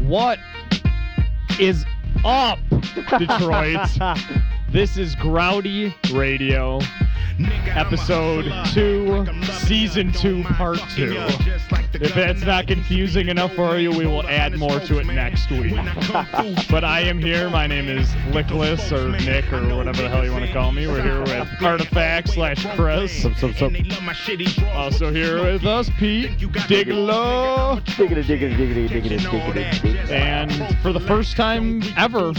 What is up, Detroit? this is Grouty Radio, episode two, season two, part two. If that's not confusing enough for you, we will add more to it next week. but I am here. My name is Lickless or Nick or whatever the hell you want to call me. We're here with Artifact slash Chris. Sup, sup, sup. Also here with us, Pete Diglow. Diggity, diggity, diggity, diggity, diggity, diggity. And for the first time ever,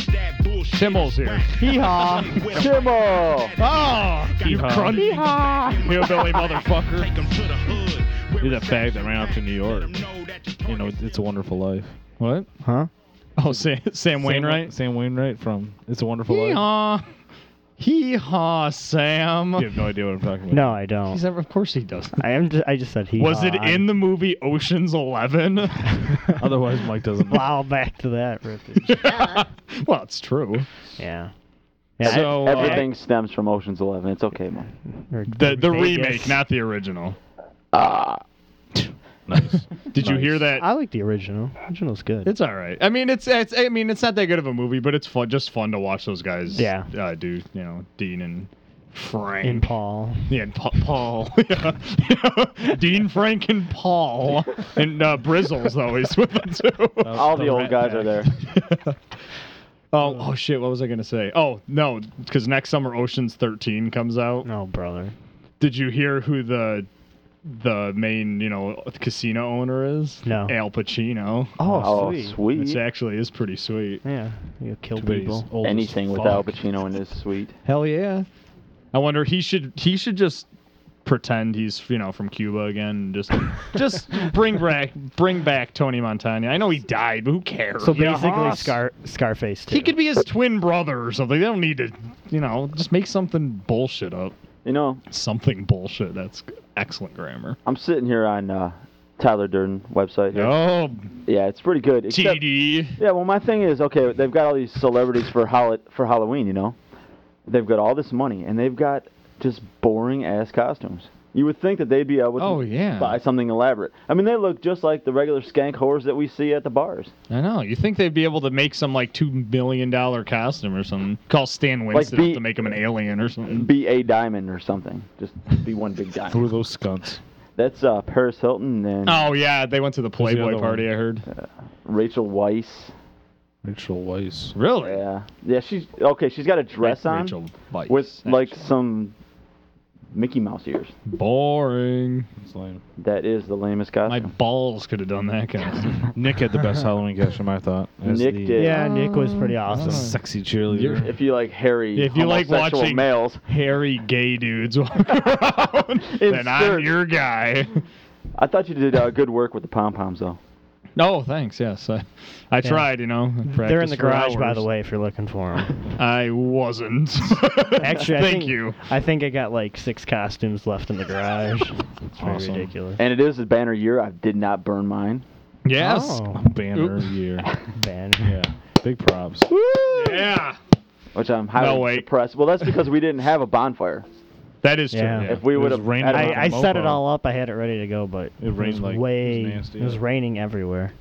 Timmel's here. Hee-haw. Kimmel! Oh, you Yeehaw. crunty hillbilly motherfucker. You're that fag that ran off to New York. You know, it's a wonderful life. What? Huh? Oh, Sam, Sam Wainwright. Sam Wainwright from It's a Wonderful Life. Hee-haw. Hee-haw, Sam. You have no idea what I'm talking about. No, I He's don't. ever, of course he does. I am. Just, I just said he. Was it in the movie Ocean's Eleven? Otherwise, Mike doesn't know. Wow, back to that rippage. well, it's true. yeah. Yeah. I- So uh, Everything stems from Ocean's Eleven. It's okay, Mike. or the the Vegas. remake, not the original. Nice. Did you hear that? I like the original. Original's good. It's all right. I mean, it's it's. I mean, it's not that good of a movie, but it's fun. Just fun to watch those guys. Yeah. Uh, do you know Dean and Frank in Paul. Yeah, and pa- Paul. Yeah. Dean Frank and Paul and uh, Brizzle's always with them too. Oh. All the old rat guys pack. are there. Oh, oh shit! What was I gonna say? Oh no, because next summer Ocean's Thirteen comes out. No, Oh, brother. Did you hear who the the main you know casino owner is? No. Al Pacino. Oh, Which sweet. actually is pretty sweet. Yeah, you kill But he's people. old as Anything with fuck. Al Pacino in his suite. Hell yeah! I wonder he should he should just pretend he's you know from Cuba again. and Just just bring back bring back Tony Montana. I know he died, but who cares? So basically, Yeah. Scar Scarface. Too. He could be his twin brother or something. They don't need to, you know, just make something bullshit up. You know, Something bullshit. That's excellent grammar. I'm sitting here on uh, Tyler Durden website here. Oh, Yeah, it's pretty good. Except, TD. yeah, well, my thing is, okay, they've got all these celebrities for hol- for Halloween, you know. They've got all this money, and they've got just boring ass costumes. You would think that they'd be able to Oh, yeah. buy something elaborate. I mean, they look just like the regular skank whores that we see at the bars. I know. You think they'd be able to make some like two million dollar costume or something? Call Stan Winston be- up to make him an alien or something. Be a diamond or something. Just be one big diamond. Who are those skunts? That's uh, Paris Hilton and Oh yeah, they went to the the Playboy other party. I heard. Rachel Weisz. Rachel Weiss. Really? Yeah, yeah. She's okay. She's got a dress on Rachel Weisz, with like actually. some Mickey Mouse ears. boring. It's lame. That is the lamest My costume. balls could have done that costume. Nick had the best Halloween costume, I thought. as Nick the- did. Yeah, Nick was pretty as the awesome. sexy cheerleader. if you like hairy, If you like homosexual watching- males, Hairy gay dudes walk around. then I'm Insert. your guy. I thought you did uh, good work with the pom poms though. No, thanks. Yes, I, I tried. You know, I They're practiced in the for garage, by hours. the way, if you're looking for them. I wasn't. Actually, I thank think, you. I think I got like six costumes left in the garage. It's pretty Awesome. ridiculous. And it is a banner year. I did not burn mine. Yes. Oh, Banner year. man. Yeah. Big props. Oh. Yeah. Which I'm highly No, wait. depressed. Well, that's because we didn't have a bonfire. That is true. Yeah. yeah. If we It would was have, raining had a- out. I, I set it Mopo. all up. I had it ready to go, but it, rained, was like, it was way. It was, nasty, yeah. raining everywhere.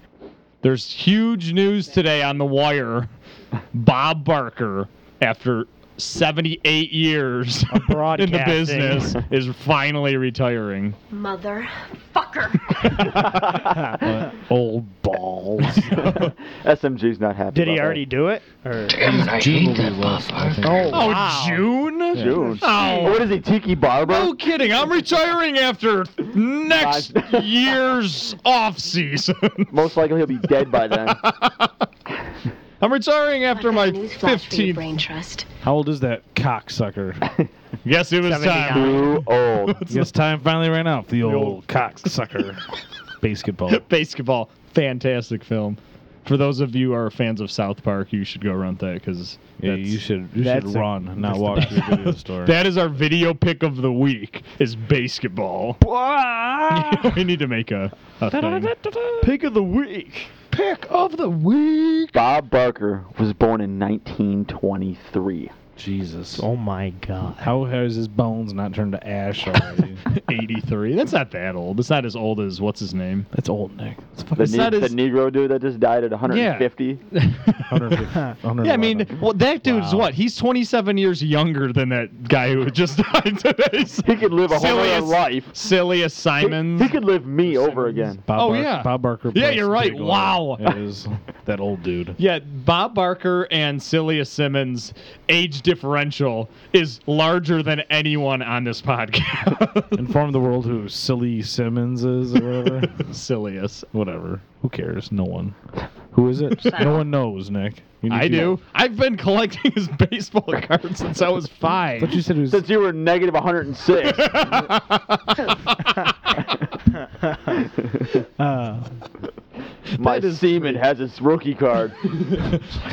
There's huge news today on the wire. Bob Barker, after 78 years in the broadcasting. business, is finally retiring. Motherfucker. Old balls. SMG's not happy. Did he about already do it? Or June will be less, I think. oh, June? that. June. Oh. What is he, Tiki Barber? No kidding. I'm retiring after next Nice. year's off season. Most likely he'll be dead by then. I'm retiring after my I've got a newsflash for your 15th. brain trust. How old is that cocksucker? Guess it was time. Too old. Guess time finally ran out. The old, old cocksucker. Basketball. Basketball, fantastic film. For those of you who are fans of South Park, you should go rent that because Yeah, you should you should that's a- run, not walk to the video store. that is our video pick of the week is basketball. we need to make a, a thing. pick of the week. pick of the week. Bob Barker was born in 1923. Jesus. Oh my god. How has his bones not turned to ash already? 83. That's not that old. It's not as old as what's his name. That's old, Nick. That's The, fucking It's ne- not the as- Negro dude that just died at 150. Yeah, I mean, well, that dude's Wow. what? He's 27 years younger than that guy who just died today. He could live a whole other Silliest- life. Silliest He, Simons. he could live me over again. Bob Oh, Bark- yeah. Bob Barker. Yeah, plus you're right. Diego Wow. Is that old dude? Yeah, Bob Barker and Celia Simmons' age differential is larger than anyone on this podcast. Inform the world who Silly Simmons is or whatever. Silliest. whatever. Who cares? No one. Who is it? no one knows, Nick. You need I to- do. I've been collecting his baseball cards since I was five. But you said it was. Since you were negative 106. Uh, My That is semen has its rookie card.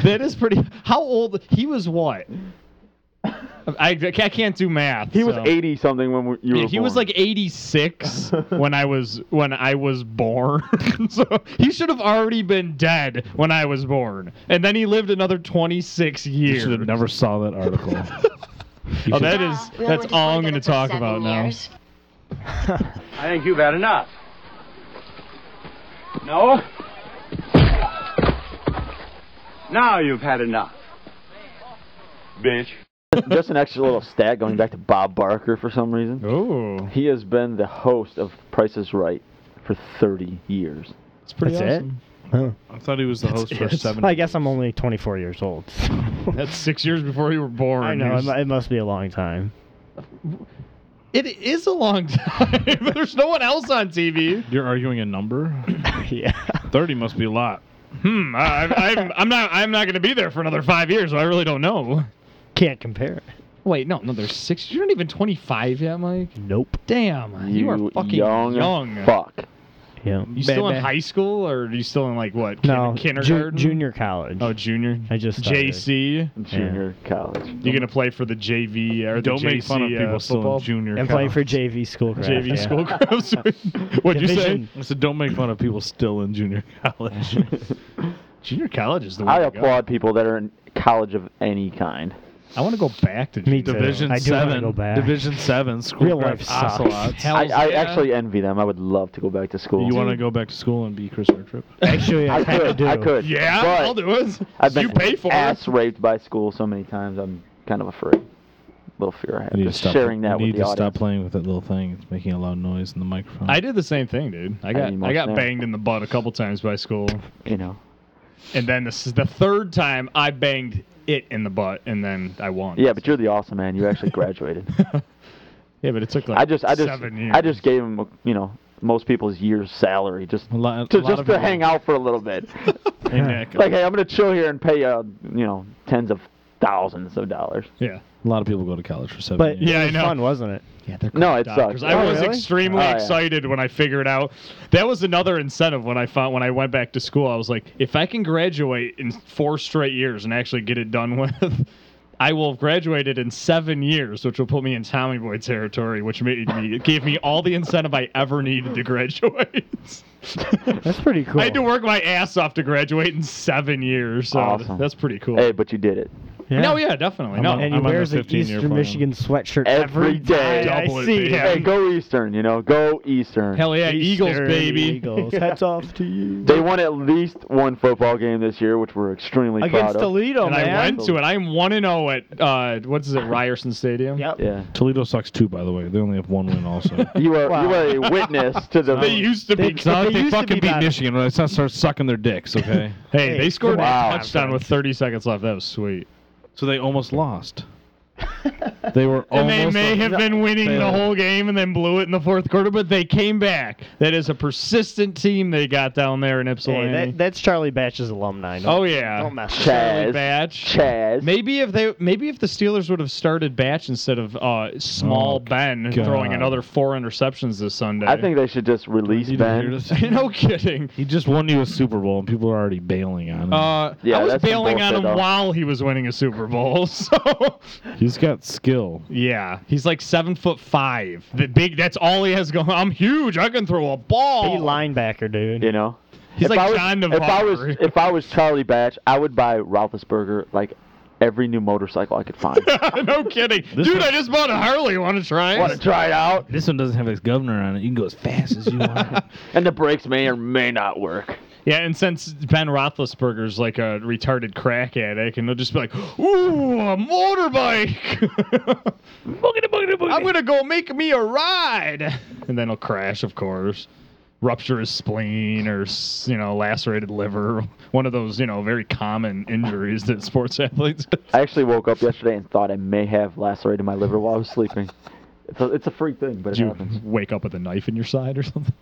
that is pretty. How old? He was what? I, I can't do math. He was so. 80 something when we- you were Yeah, he was born. like 86 when I was when I was born. so he should have already been dead when I was born. And then he lived another 26 you years. should have never saw that article. You Oh, should- that is we only that's were all I'm together going to for talk seven about now. years. I think you've had enough. No? Now you've had enough. Bitch. Just an extra little stat going back to Bob Barker for some reason. Oh, He has been the host of Price is Right for 30 years. that's pretty That's it? awesome. I thought he was the host for it. seven. I guess I'm only 24 years old. That's six years before you were born. I know. Here's- It, mu- it must be a long time. It is a long time. There's no one else on TV. You're arguing a number. yeah. Thirty must be a lot. Hmm. I, I, I'm, I'm not. I'm not going to be there for another five years. So I really don't know. Can't compare. Wait, no, no. There's six. You're not even 25 yet, Mike. Nope. Damn, you, are fucking young, young. fuck. Yeah. You still in Baby. high school, or are you still in like what? kin- No. ju- kindergarten, junior college. Oh, junior. I just started. JC. Junior college. You're gonna play for the JV or the Don't make fun of JC, uh, people still football- in junior. I'm playing for college. JV school. Craft, JV yeah. school groups. What'd you Division. say? I said, don't make fun of people still in junior college. Junior college is the way I to applaud people that are in college of any kind. Go. I want to go back to junior. Me too. Division I do wanna seven. go back. Division seven. School Real craft life sucks. ocelots. Hell I, I yeah. actually envy them. I would love to go back to school. You want to go back to school and be Chris Hartrip? Actually, I, I kinda could. do. I could. Yeah, but I'll do it. I've been you pay for ass it. raped by school so many times. I'm kind of afraid. little fear I have. Just sharing that you with need the to stop audience. playing with that little thing. It's making a loud noise in the microphone. I did the same thing, dude. I got need I, more got snare. banged in the butt a couple times by school, You know. and then this is the third time I banged it in the butt, and then I won. Yeah, but you're the awesome man. You actually graduated. yeah, but it took like I just, I just, seven years. I just gave him, you know, most people's year's salary just A lot, a to, lot just of to people- hang out for a little bit. Hey, Nick, like, hey, I'm gonna chill here and pay, uh, you know, tens of thousands of dollars. yeah. a lot of people go to college for seven But years. Yeah, it I was know. fun, wasn't it? Yeah, they're No, called it doctors. I sucks. Oh, was really? extremely Oh, yeah. excited when I figured out. That was another incentive when I found when I went back to school. I was like, if I can graduate in four straight years and actually get it done with, I will have graduated in seven years, which will put me in Tommy Boy territory, which made me it gave me all the incentive I ever needed to graduate. That's pretty cool. I had to work my ass off to graduate in seven years, so Awesome. that's pretty cool. Hey, but you did it. No, yeah, definitely. No, on- And he I'm on the wears an 15-year Eastern plan. Michigan sweatshirt Every day. time I Double it, see baby. him. Hey, go Eastern. You know, go Eastern. hell yeah, Eagles, Eastern baby. Eagles. Hats off to you. They won at least one football game this year, which we're extremely Against proud of. Toledo, and man. I went to it. I'm one and zero at uh, what is it, Ryerson Stadium? Yep. Yeah. Toledo sucks too, by the way. They only have one win also. You are Wow. you are a witness to the. They used to be. They- It's not like used they to fucking be beat bad. Michigan. Let's not start sucking their dicks, okay? hey, they scored come a on. touchdown with 30 seconds left. That was sweet. so they almost lost. They were almost. And they may lost. have been winning the They- whole game and then blew it in the fourth quarter, but they came back. That is a persistent team they got down there in Hey, Ypsilanti. that, that's Charlie Batch's alumni. Don't- oh yeah, Don't mess with it. Charlie Chaz. Batch. Chaz. Maybe if they, maybe if the Steelers would have started Batch instead of uh, Small Oh, Ben God. throwing another four interceptions this Sunday. I think they should just release You didn't hear Ben. this? no kidding. He just won you a Super Bowl, and people are already bailing on him. Uh, Yeah, I was that's some bailing on bullshit, him though. while he was winning a Super Bowl. So He's got skill. yeah, he's like seven foot five. The big. That's all he has going. I'm huge. I can throw a ball. Be linebacker, dude. You know. He's if like I was, John if I was Navarre. if I was Charlie Batch, I would buy Roethlisberger like every new motorcycle I could find. no kidding, This dude. one- I just bought a Harley. Want to try it? Want to try it out? This one doesn't have its governor on it. You can go as fast as you want. And the brakes may or may not work. Yeah, and since Ben Roethlisberger's like a retarded crack addict, and they'll just be like, "Ooh, a motorbike! I'm gonna go make me a ride!" And then he'll crash, of course, rupture his spleen or s- you know lacerated liver, one of those you know very common injuries that sports athletes. I actually woke up yesterday and thought I may have lacerated my liver while I was sleeping. It's a, it's a freak thing, but it Did you happens. wake up with a knife in your side or something?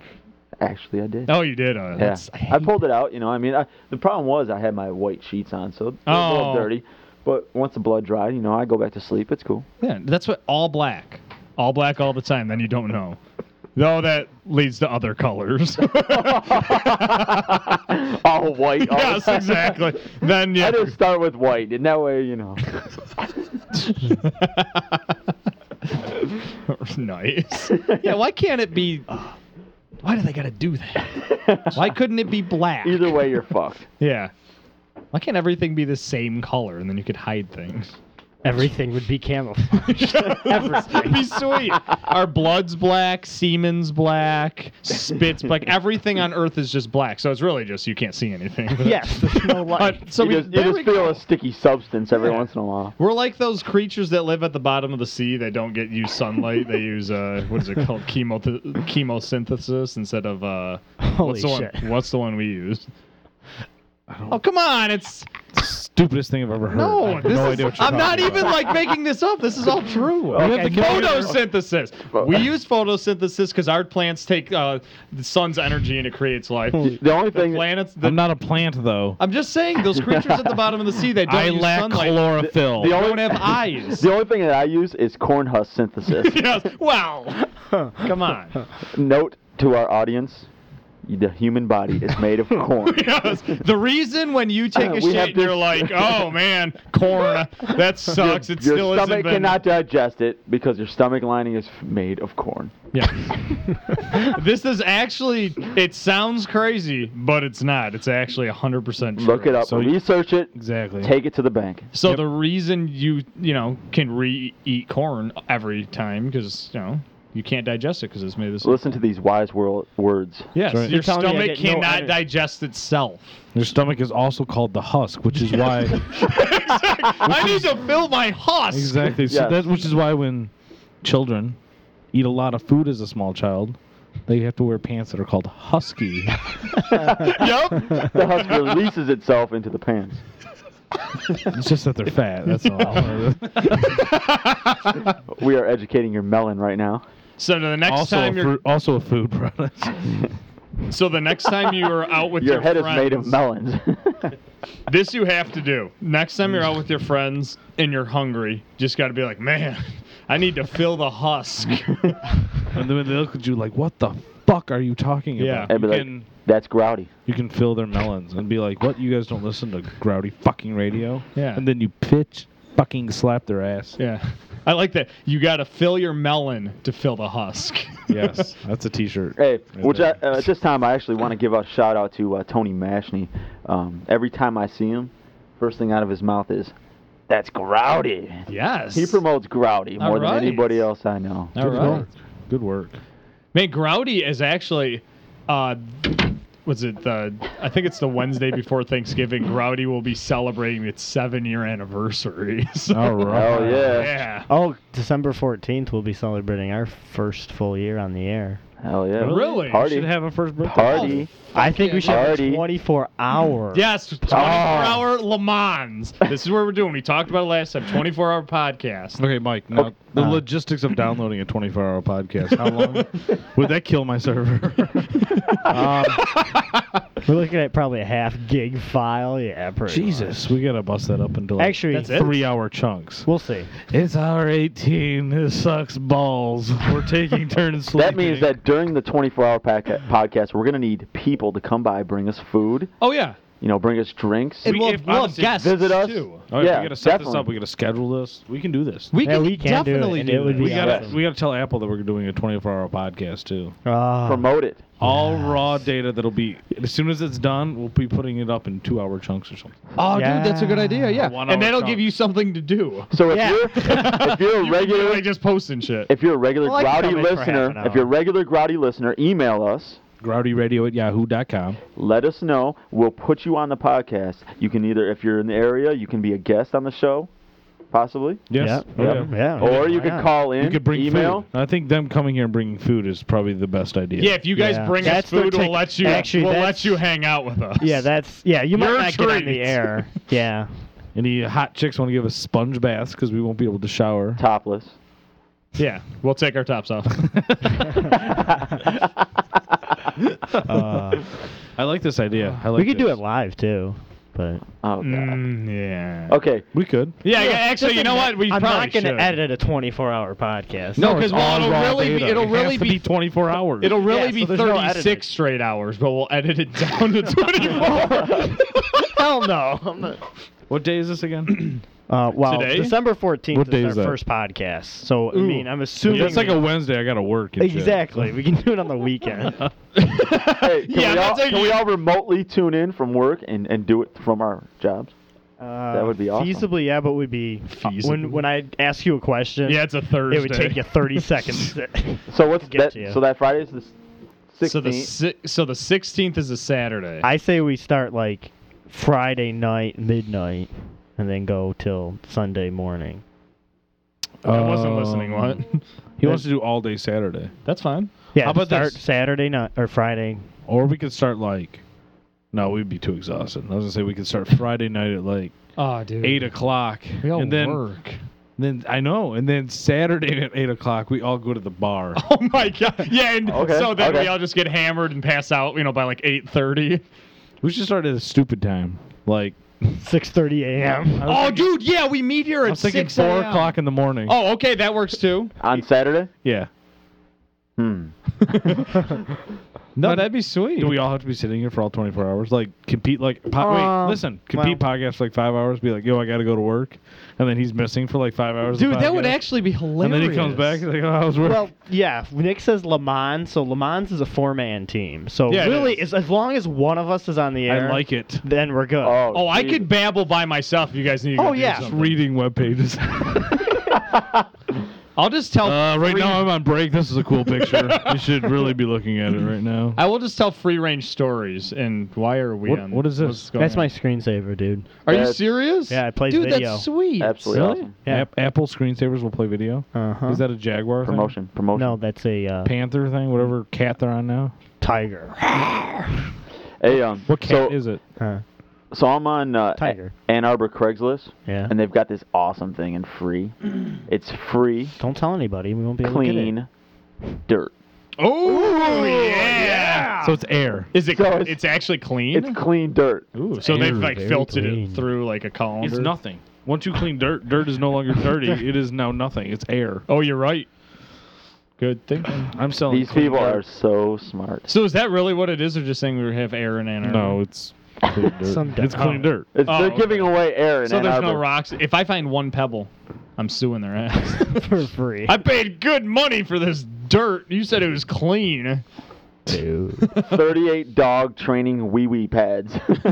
Actually, I did. Oh, you did. Uh, yeah. that's- I pulled it out. You know, I mean, I, the problem was I had my white sheets on, so they were a Oh. little dirty. But once the blood dried, you know, I go back to sleep. It's cool. Yeah, that's what all black, all black all the time. Then you don't know. Though that leads to other colors. all white. all yes, the time. exactly. Then yeah. I just start with white, and that way, you know. nice. Yeah. Why can't it be? Why do they gotta do that? Why couldn't it be black? Either way, you're fucked. Yeah. Why can't everything be the same color and then you could hide things? Everything would be camouflage. That'd be sweet. Our blood's black, semen's black, spits black. Everything on Earth is just black, so it's really just you can't see anything. Yes, there's no light. But- so you we, just, you there just we feel go. a sticky substance every Yeah. once in a while. We're like those creatures that live at the bottom of the sea. They don't get use sunlight. they use uh, what is it called? Chemo chemosynthesis instead of uh, Holy what's the shit. one? What's the one we use? Oh come on! It's Stupidest thing I've ever heard. I no. have This no is, idea what you're I'm not talking even about. like making this up. This is all true. You have to come here. photosynthesis. We use photosynthesis because our plants take uh, the sun's energy and it creates life. The The only thing. planets. The, I'm not a plant though. I'm just saying those creatures at the bottom of the sea. They don't I use lack sunlight. chlorophyll. they don't have eyes. The only thing that I use is corn husk synthesis. yes. Wow. Come on. Note to our audience: the human body is made of corn. Yes. The reason when you take a Uh, We shit have and you're to- like, oh man, corn, that sucks. it your still stomach isn't been. cannot digest it because your stomach lining is f- made of corn. Yeah. this is actually, it sounds crazy, but it's not. It's actually 100% true. Look it up, So you- research it, exactly. take it to the bank. So the reason you, you know, can re-eat corn every time because, you know, you can't digest it because it's made of this. Listen to these wise world words. Yes, That's right. your You're telling me I stomach get no cannot energy. digest itself. Your stomach is also called the husk, which is why I need to fill my husk. exactly. So Yes. that which is why when children eat a lot of food as a small child, they have to wear pants that are called husky. Yep. The husk releases itself into the pants. it's just that they're fat. That's all. We are educating your melon right now. So to the next also, a time you're fruit, also a food product. So the next time you are out with your, Your, head friends, is made of melons. This you have to do. Next time you're out Mm. with your friends and you're hungry, just got to be like, man, I need to fill the husk. and then they look at you like, "What the fuck are you talking Yeah. about?" and be You like, can that's grouty. you can fill their melons and be like, "What? You guys don't listen to grouty fucking radio?" Yeah. And then you pitch fucking slap their ass. yeah, I like that. You got to fill your melon to fill the husk. yes, that's a T-shirt. Hey, Right which I, there. uh, at this time I actually want to give a shout out to uh, Tony Mashney. Um, every time I see him, first thing out of his mouth is, "That's grouty." yes. He promotes grouty more Alright. than anybody else I know. All Good right. work. Good work. Man, Grouty is actually, uh, was it the? I think it's the Wednesday before Thanksgiving. Grouty will be celebrating its seven-year anniversary. So, All right. Oh yeah. yeah. oh, December 14th, we'll be celebrating our first full year on the air. Hell yeah. Really? Party. Should have a first birthday. Party. I think we should have a Alrighty. 24 hour. Yes, 24 hour Le Mans. This is what we're doing. We talked about it last time. 24 hour podcast. Okay, Mike. Now the Uh. logistics of downloading a 24-hour podcast. How long would that kill my server? um, We're looking at probably a half gig file. Yeah, pretty Jesus, much. we gotta bust that up into like Actually, That's it? three-hour chunks. we'll see. It's hour 18. This sucks balls. We're taking turns sleeping. That means uh, that during the 24-hour podca- podcast, we're gonna need people to come by, bring us food, Oh, yeah. You know, bring us drinks. And We- we'll, if- we'll have honestly, guests visit us. too. All right, Yeah, we gotta set this definitely. up. We gotta schedule this. We can do this. We Yeah, can, we can do it, definitely and it would that. be We gotta awesome. we gotta tell Apple that we're doing a 24-hour podcast too. Ah, Promote it. All raw data that'll be as soon as it's done, we'll be putting it up in two-hour chunks or something. Oh, dude, that's a good Yeah. idea. Yeah, One and hour that'll chunk. give you something to do. So if Yeah. you're if you're You can a do regular it just posting shit. if you're a regular Well, I can growdy come in for half listener, an if you're a hour. regular growdy listener, email us. Growdyradio at yahoo.com. Let us know. We'll put you on the podcast. You can either, if you're in the area, you can be a guest on the show, possibly, Yes. Yep. Oh, Yep. yeah. Yeah. or you why could not? call in. You could bring email. food. I think them coming here and bringing food is probably the best idea. Yeah, if you guys Yeah. bring That's us their food, we'll tech- let you actually, we'll let that's- you hang out with us. Yeah, that's yeah. You might Your not get on treat. the air. Yeah. Any hot chicks want to give us sponge baths because we won't be able to shower. Topless. yeah. We'll take our tops off. Uh, I like this idea. I like we could do this. it live too, but Oh, God. Mm, yeah. Okay. We could. Yeah, actually, you know what? We I'm probably not gonna should. edit a 24-hour podcast. No, because well, it'll Raw really be, data. it'll It really has to be, be 24 hours. it'll really Yeah, be so there's no 36 editing. straight hours, but we'll edit it down to 24. hell no. I'm not. What day is this again? Uh, well, Today? December 14th What is day our is that? first podcast. So I Ooh. mean, I'm assuming That's like a Wednesday. I gotta work. and shit. exactly. We can do it on the weekend. Uh, Hey, can, yeah, we, all, that's a- can we all remotely tune in from work and, and do it from our jobs? Uh, That would be awesome. Feasibly, yeah, but would be when Feasibly. when I ask you a question. yeah, it's a Thursday. it would take you 30 seconds. to- So what's Get that? to you. So that Friday is the s- 16th. So the si- so the 16th is a Saturday. I say we start like Friday night, midnight, and then go till Sunday morning. I wasn't Um, listening. What? Oh. He wants to do all day Saturday, That's fine. Yeah, How about start this? Saturday night or Friday. or we could start like. No, we'd be too exhausted. I was gonna say we could start Friday night at like Oh, dude. eight o'clock, We all and then work. then I know, and then Saturday at eight o'clock we all go to the bar. Oh my god. Yeah, and Okay, so then we okay. all just get hammered and pass out, you know, by like 8:30. We should start at a stupid time, like 6:30 a.m. was Oh, dude, yeah, we meet here I at was thinking 6 four a.m. o'clock in the morning. Oh, okay, that works too. on Saturday? yeah. Hmm. No, that'd be sweet. Do we all have to be sitting here for all 24 hours? Like compete like po- Um, Uh, wait, listen, compete podcast for like 5 hours, be like, "Yo, I got to go to work." And then he's missing for like 5 hours. of Dude, that would podcast. actually be hilarious. And then he comes back he's like, "Oh, I was working." Well, yeah. Nick says Le Mans, so Le Mans is a four-man team. So Yeah, it really, is. as, as long as one of us is on the air, I like it. then we're good. Oh, Oh, I Jesus. could babble by myself if you guys need to go Oh, do yeah. something. Reading web pages. uh, I'll just tell right free- now I'm on break. This is a cool picture. you should really be looking at it right now. I will just tell free range stories and why are we What- on what is this? what's going That's on? my screensaver, dude. Are you That's- serious? Yeah, I play Dude, video. that's sweet. Absolutely awesome. Yeah. Ap- Apple screensavers will play video. Uh-huh. Is that a Jaguar thing? Promotion. Promotion. no, that's a uh, Panther thing, whatever cat they're on now. tiger. Hey, um, What so, cat is it? Huh. So I'm on uh, Tiger. Ann Arbor Craigslist, Yeah. and they've got this awesome thing and free. it's free, Don't tell anybody. We won't be able to clean dirt. Oh, yeah. So it's air. Is it So it's, it's- actually clean? It's clean dirt. Ooh, so they've air. like very filtered clean. it through like a colander. It's nothing. Once you clean dirt, dirt is no longer dirty. It is now nothing. It's air. Oh, you're right. Good thing. I'm selling. These people are so smart. So is that really what it is, or just saying we have air in Ann Arbor? No, it's clean dirt. Some it's clean dirt. It's, Oh, they're giving away air in So Ann there's Arbor. no rocks. If I find one pebble, I'm suing their ass. get it for free. I paid good money for this dirt. You said it was clean. Dude. 38 dog training wee wee pads.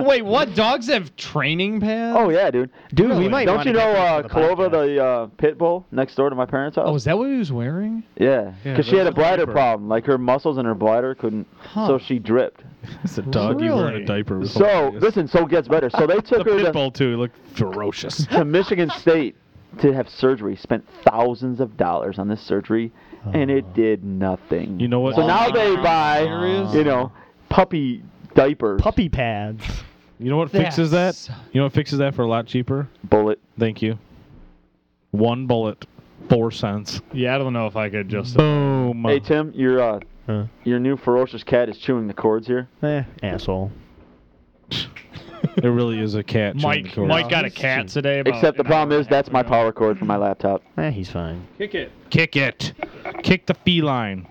Wait, what? Dogs have training pads? oh yeah, dude. Dude, we might Don't wanna you know uh, get this for the Clova, podcast. the uh, pit bull next door to my parents' house? Oh, is that what he was wearing? Yeah, Yeah, because she had a that's a bladder diaper. problem. Like her muscles and her bladder couldn't, so she dripped. It's a dog. You wearing Really? a diaper. was So hilarious. listen, so it gets better. So they the took her pit to, bull too. He looked ferocious. to Michigan State to have surgery. Spent thousands of dollars on this surgery, and it did nothing. Uh-huh. You know what? So now they buy, Serious? you know, puppy diapers. Puppy pads. You know what fixes that? That's- You know what fixes that for a lot cheaper? bullet. Thank you. One bullet, four cents. Yeah, I don't know if I could just. uh, Boom. Hey Tim, your uh, Huh. your new ferocious cat is chewing the cords here. Eh, asshole. It really is a cat. chewing the Mike, cord. Mike got a cat today. About Except the an hour problem is and a half that's my ago. power cord for my laptop. Eh, he's fine. Kick it. Kick the feline.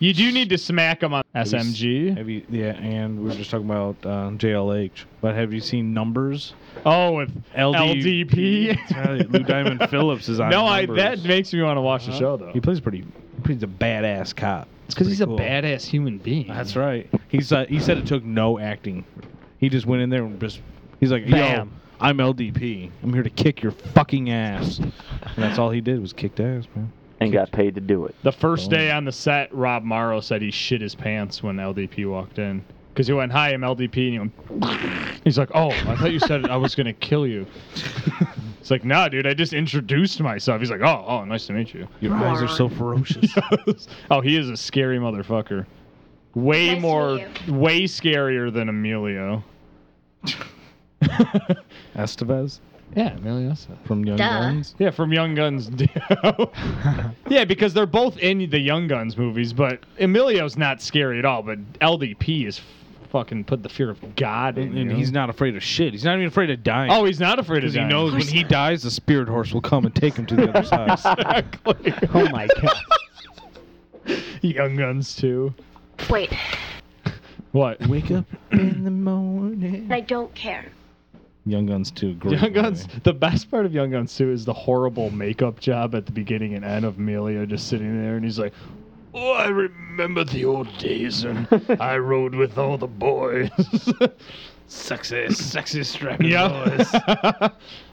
You do need to smack him on SMG. Have you? Yeah, and we were just talking about uh, JLH, but have you seen numbers? Oh, with LDP. That's right. Lou Diamond Phillips is on. no, I, numbers. Uh-huh. that makes me want to watch the show though. He plays pretty. He's a badass cop. It's Because pretty he's a cool. badass human being. That's right. He's uh, he said it took no acting. He just went in there and just he's like, Bam. yo, I'm LDP. I'm here to kick your fucking ass. And that's all he did was kicked ass, man. and got paid to do it. The first day on the set, Rob Morrow said he shit his pants when LDP walked in. Because he went, Hi, I'm LDP. And he went, He's like, Oh, I thought you said I was going to kill you. it's like, Nah, dude, I just introduced myself. He's like, Oh, oh, nice to meet you. Your eyes are so ferocious. oh, he is a scary motherfucker. Way Nice to more, meet way scarier than Emilio. Estevez yeah, Emilio. Estevez. from Young Duh. Guns. Yeah, from Young Guns. yeah, because they're both in the Young Guns movies, but Emilio's not scary at all, but LDP is f- fucking put the fear of God in And, you. he's not afraid of shit. He's not even afraid of dying. Oh, he's not afraid of because he dying. knows when he dies, the spirit horse will come and take him to the other side. exactly. Oh my god. Young Guns too. Wait, What? Wake up in the morning. I don't care. Young Guns too. Great Young Guns. movie. The best part of Young Guns too is the horrible makeup job at the beginning and end of Emilio just sitting there, and he's like. Oh, I remember the old days, and I rode with all the boys. Sexy, sexy strapping Yeah.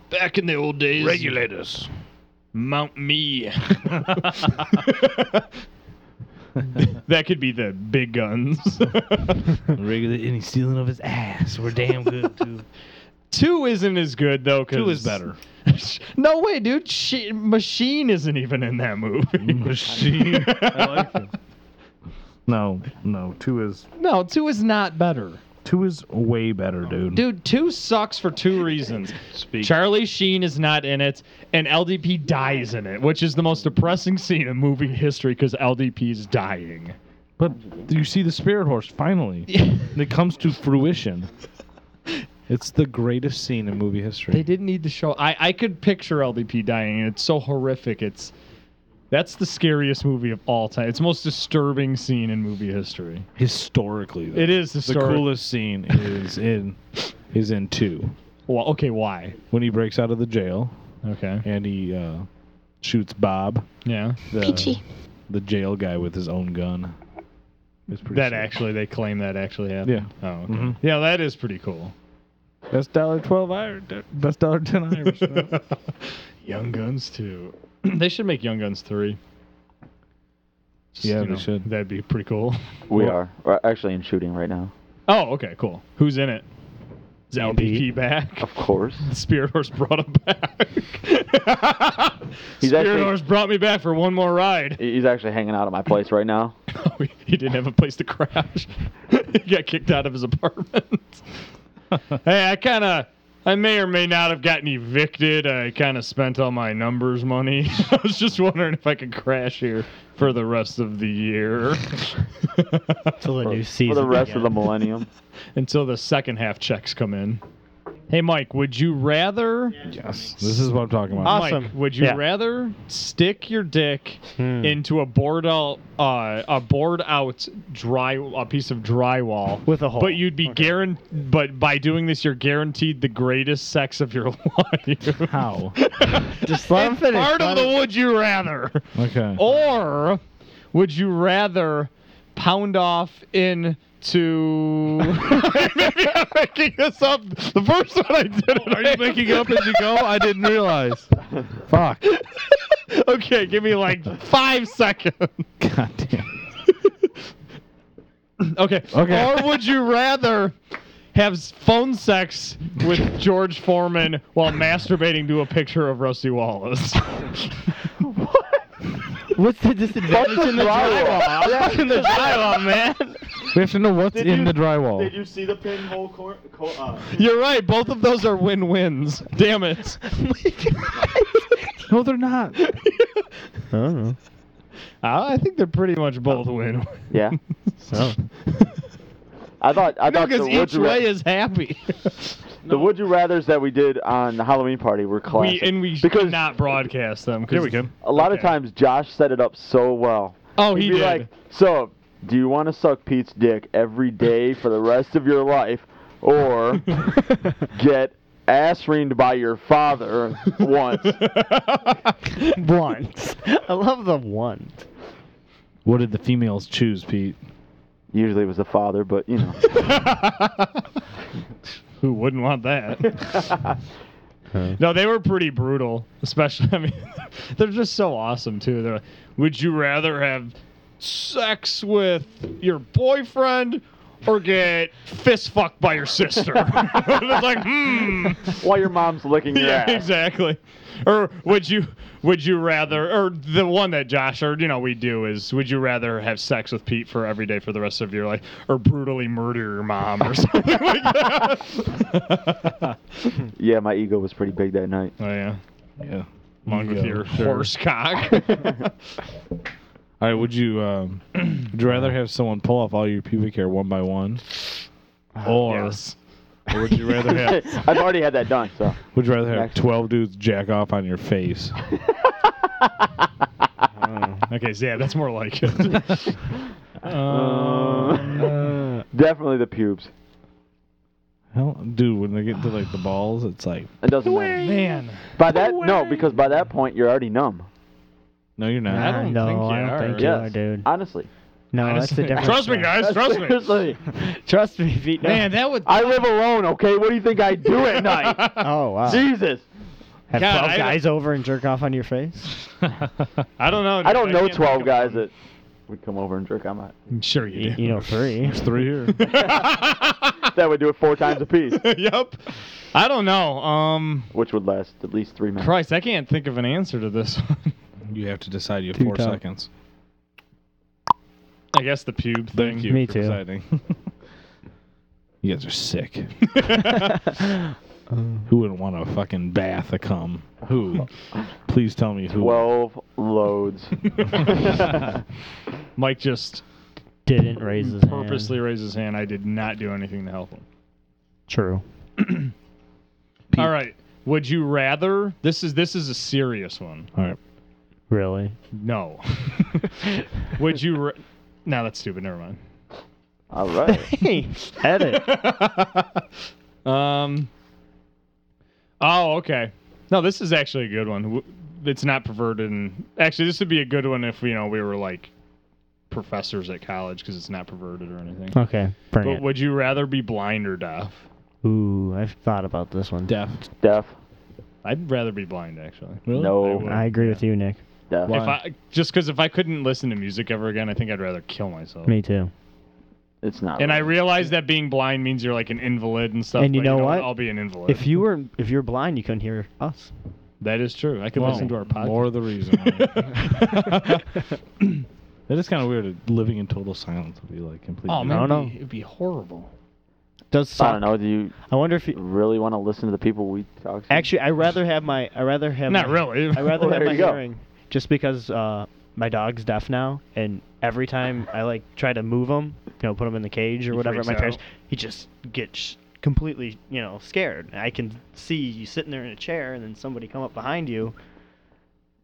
Back in the old days. Regulators. Mount me. that could be the big guns. Regular any stealing of his ass. We're damn good too. Two isn't as good though. 'cause- Two is better. no way, dude. She- Machine isn't even in that movie. Machine. I like you. No, no. Two is no, two is not better. two is way better, dude. Dude, two sucks for two reasons. Charlie Sheen is not in it, and LDP dies in it, which is the most depressing scene in movie history because LDP is dying. But you see the spirit horse finally. it comes to fruition. It's the greatest scene in movie history. They didn't need to show. I, I could picture LDP dying, and it's so horrific. It's that's the scariest movie of all time. It's the most disturbing scene in movie history. Historically, though. It is the historic. coolest scene is in is in two Well, okay, why? when he breaks out of the jail Okay, and he uh, shoots Bob, yeah. the, Peachy. the jail guy, with his own gun. It's pretty That sick. actually, they claim that actually happened. Yeah. Oh, okay. Mhm. yeah, that is pretty cool. Best dollar twelve Irish. Best dollar ten Irish. man. Young Guns two. they should make Young Guns three. Just, Yeah, you they should. That'd be pretty cool. We are. We're actually in shooting right now. Oh, okay, cool. Who's in it? Is Andy. LDP back? Of course. Spirit Horse brought him back. He's Spirit actually- Horse brought me back for one more ride. He- He's actually hanging out at my place right now. he didn't have a place to crash. he got kicked out of his apartment. hey, I kind of, I may or may not have gotten evicted. I kind of spent all my numbers money. I was just wondering if I could crash here for the rest of the year Till the new For season. the rest of the begins. millennium. until the second half checks come in. Hey, Mike, would you rather? yes, this is what I'm talking about. Awesome. Mike, would you Yeah. rather stick your dick Hmm. into a board out, uh, a board out dry a piece of drywall With a hole. But you'd be guaran But by doing this, you're guaranteed the greatest sex of your life. How? Just let him It's finish, Part of let the him- would you rather, Okay. Oh. or would you rather pound off into? Maybe I'm making this up. The first one I did. Are you making up as you go? I didn't realize. Fuck. Okay, give me like five seconds. God damn. Okay. Okay. Or would you rather have s- phone sex with George Foreman while masturbating to a picture of Rusty Wallace? What's the disadvantage in the drywall? Yeah. in the drywall, man. We have to know what's in you- the Oh. drywall. you see the pinhole cor- co- uh, You're right. Both of those are win-wins. Damn it. Oh No, they're not. I don't know. Uh, I I think they're pretty much both win. Yeah. Oh. I thought I thought Because the would, each you ra- way is happy. the would you rather's that we did on the Halloween party were classic. we and we should because not broadcast them. 'cause we go. a lot of okay. times Josh set it up so well Oh, he He'd be did. like, so do you want to suck Pete's dick every day for the rest of your life, or get ass reamed by your father once? Once. I love the one. What did the females choose, Pete? Usually it was the father, but you know. Who wouldn't want that? no, they were pretty brutal. Especially, I mean, they're just so awesome too. They're like, would you rather have sex with your boyfriend or get fist fucked by your sister? it's like, hmm. While your mom's licking your Yeah, ass. exactly. Or would you would you rather or the one that Josh or you know we do is would you rather have sex with Pete for every day for the rest of your life or brutally murder your mom or something like that? Yeah, my ego was pretty big that night. oh yeah. Yeah. Along with Ego, your sure. horse cock. All right. Would you um, would you rather have someone pull off all your pubic hair one by one, or, Ah, yes. or would you rather have I've already had that done, so. would you rather have Next. twelve dudes jack off on your face? Okay, so yeah, that's more like it. um, Uh, definitely the pubes. Hell, dude, when they get to like the balls, it's like It doesn't matter. man. By that, no, because by that point you're already numb. no, you're I not. don't no, think you I don't are. think you Yes, are, dude. honestly. No, that's the Honestly, difference. Trust me, guys. Trust me. Seriously. Trust me, Pete. No. Man, that would. I live alone, okay? What do you think I do at night? Oh wow. Jesus. Have God, twelve I- guys over and jerk off on your face? I don't know. I don't dude. know can't think 12 of guys one. that would come over and jerk on my. Sure You, you do. you know, three. There's three here. That would do it four times apiece, yep. I don't know. Um, which would last at least three minutes. Christ, I can't think of an answer to this one. you have to decide. You have Two four top. seconds. I guess the pube thing. Thank you Me for too. deciding. you guys are sick. who would want a fucking bath of cum? Who? Please tell me who. 12 loads. Mike just Didn't raise his hand. purposely raised his hand. I did not do anything to help him. True. All right. Would you rather? This is this is a serious one. All right. Really? No. Would you? Ra- no, that's stupid. Never mind. All right. Hey, edit. um. Oh, okay. No, this is actually a good one. W- It's not perverted, and actually, this would be a good one if you know we were like professors at college because it's not perverted or anything. Okay, bring But it. would you rather be blind or deaf? Ooh, I've thought about this one. Deaf. Deaf. I'd rather be blind, actually. Really? No. I agree with you, Nick. Deaf. If I just because if I couldn't listen to music ever again, I think I'd rather kill myself. Me too. It's not. And I right. realize that being blind means you're like an invalid and stuff. And you but know what? I'll be an invalid. If you were if you're blind, you couldn't hear us. that is true. I could Well, listen to our podcast. More the reason. why. that is kind of weird. Living in total silence would be like completely. Oh man, I don't know. it'd be- it'd be horrible. Does I don't suck. know. Do you I wonder if you, really want to listen to the people we talk to? actually I rather have my I rather have Not my- really. I rather Well, have there my you go. hearing just because uh, my dog's deaf now, and every time I like try to move him, you know, put him in the cage or whatever at freaks my parents, out. he just gets completely you know scared. I can see you sitting there in a chair, and then somebody come up behind you,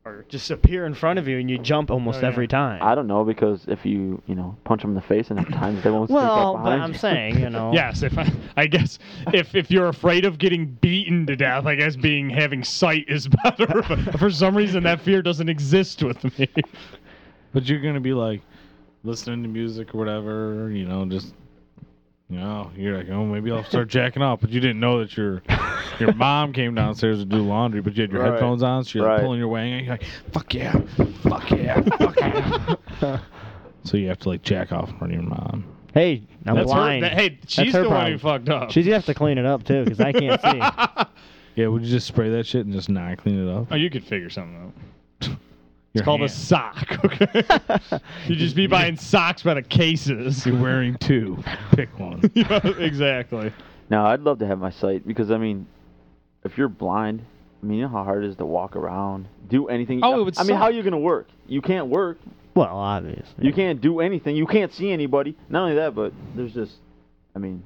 or just appear in front of you, and you jump almost Oh, yeah. every time. I don't know because if you, you know, punch them in the face enough times, they won't sneak well, up but behind I'm you. saying you know. Yes, if I, I guess if if you're afraid of getting beaten to death, I guess being having sight is better. But for some reason, that fear doesn't exist with me. But you're gonna be like listening to music or whatever, you know, just you know, you're like, oh, maybe I'll start jacking off. But you didn't know that your your mom came downstairs to do laundry, but you had your Right. headphones on, so you're like Right. pulling your wang, and you're like, fuck yeah, fuck yeah, fuck yeah. so you have to like jack off in front of your mom. Hey, I'm That's her, blind. that, hey, she's her the one problem. who fucked up. She's gonna have to clean it up too, because I can't see. Yeah, would you just spray that shit and just not clean it up? oh, you could figure something out. Your It's called a hand. sock. Okay, you just be buying socks by the cases. You're wearing two. Pick one. Yeah, exactly. No, I'd love to have my sight because I mean, if you're blind, I mean, you know how hard it is to walk around, do anything. Oh, it would I mean, how suck. are you gonna work? You can't work. Well, obviously. You can't do anything. You can't see anybody. Not only that, but there's just, I mean,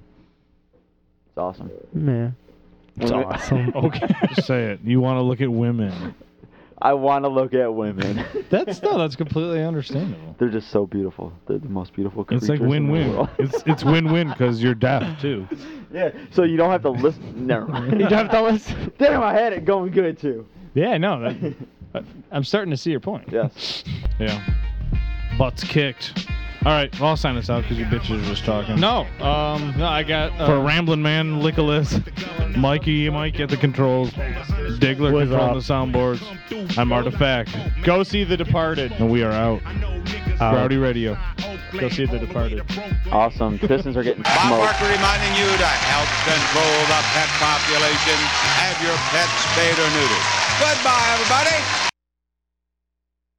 it's awesome. Yeah. It's When we- awesome. Okay. Just say it. You want to look at women. I want to look at women. That's no, that's completely understandable. They're just so beautiful. They're the most beautiful creatures. It's like in the win-win. world. it's it's win-win because you're deaf too. yeah. So you don't have to listen. Never mind. You don't have to listen. Damn, I had it going good too. Yeah, no, that, I'm starting to see your point. Yes. Yeah. Butts kicked. All right, well, I'll sign us out because you bitches were just talking. No, um, no, I got uh, For Ramblin' Man, Nicholas, Mikey, Mike at the controls, Diggler What's controlling up? the soundboards. I'm Artifact, go see The Departed. and we are out. Rowdy Radio. Go see The Departed. Awesome. Pistons are getting Bob smoked. Barker reminding you to help control the pet population. Have your pets spayed or neutered. Goodbye, everybody.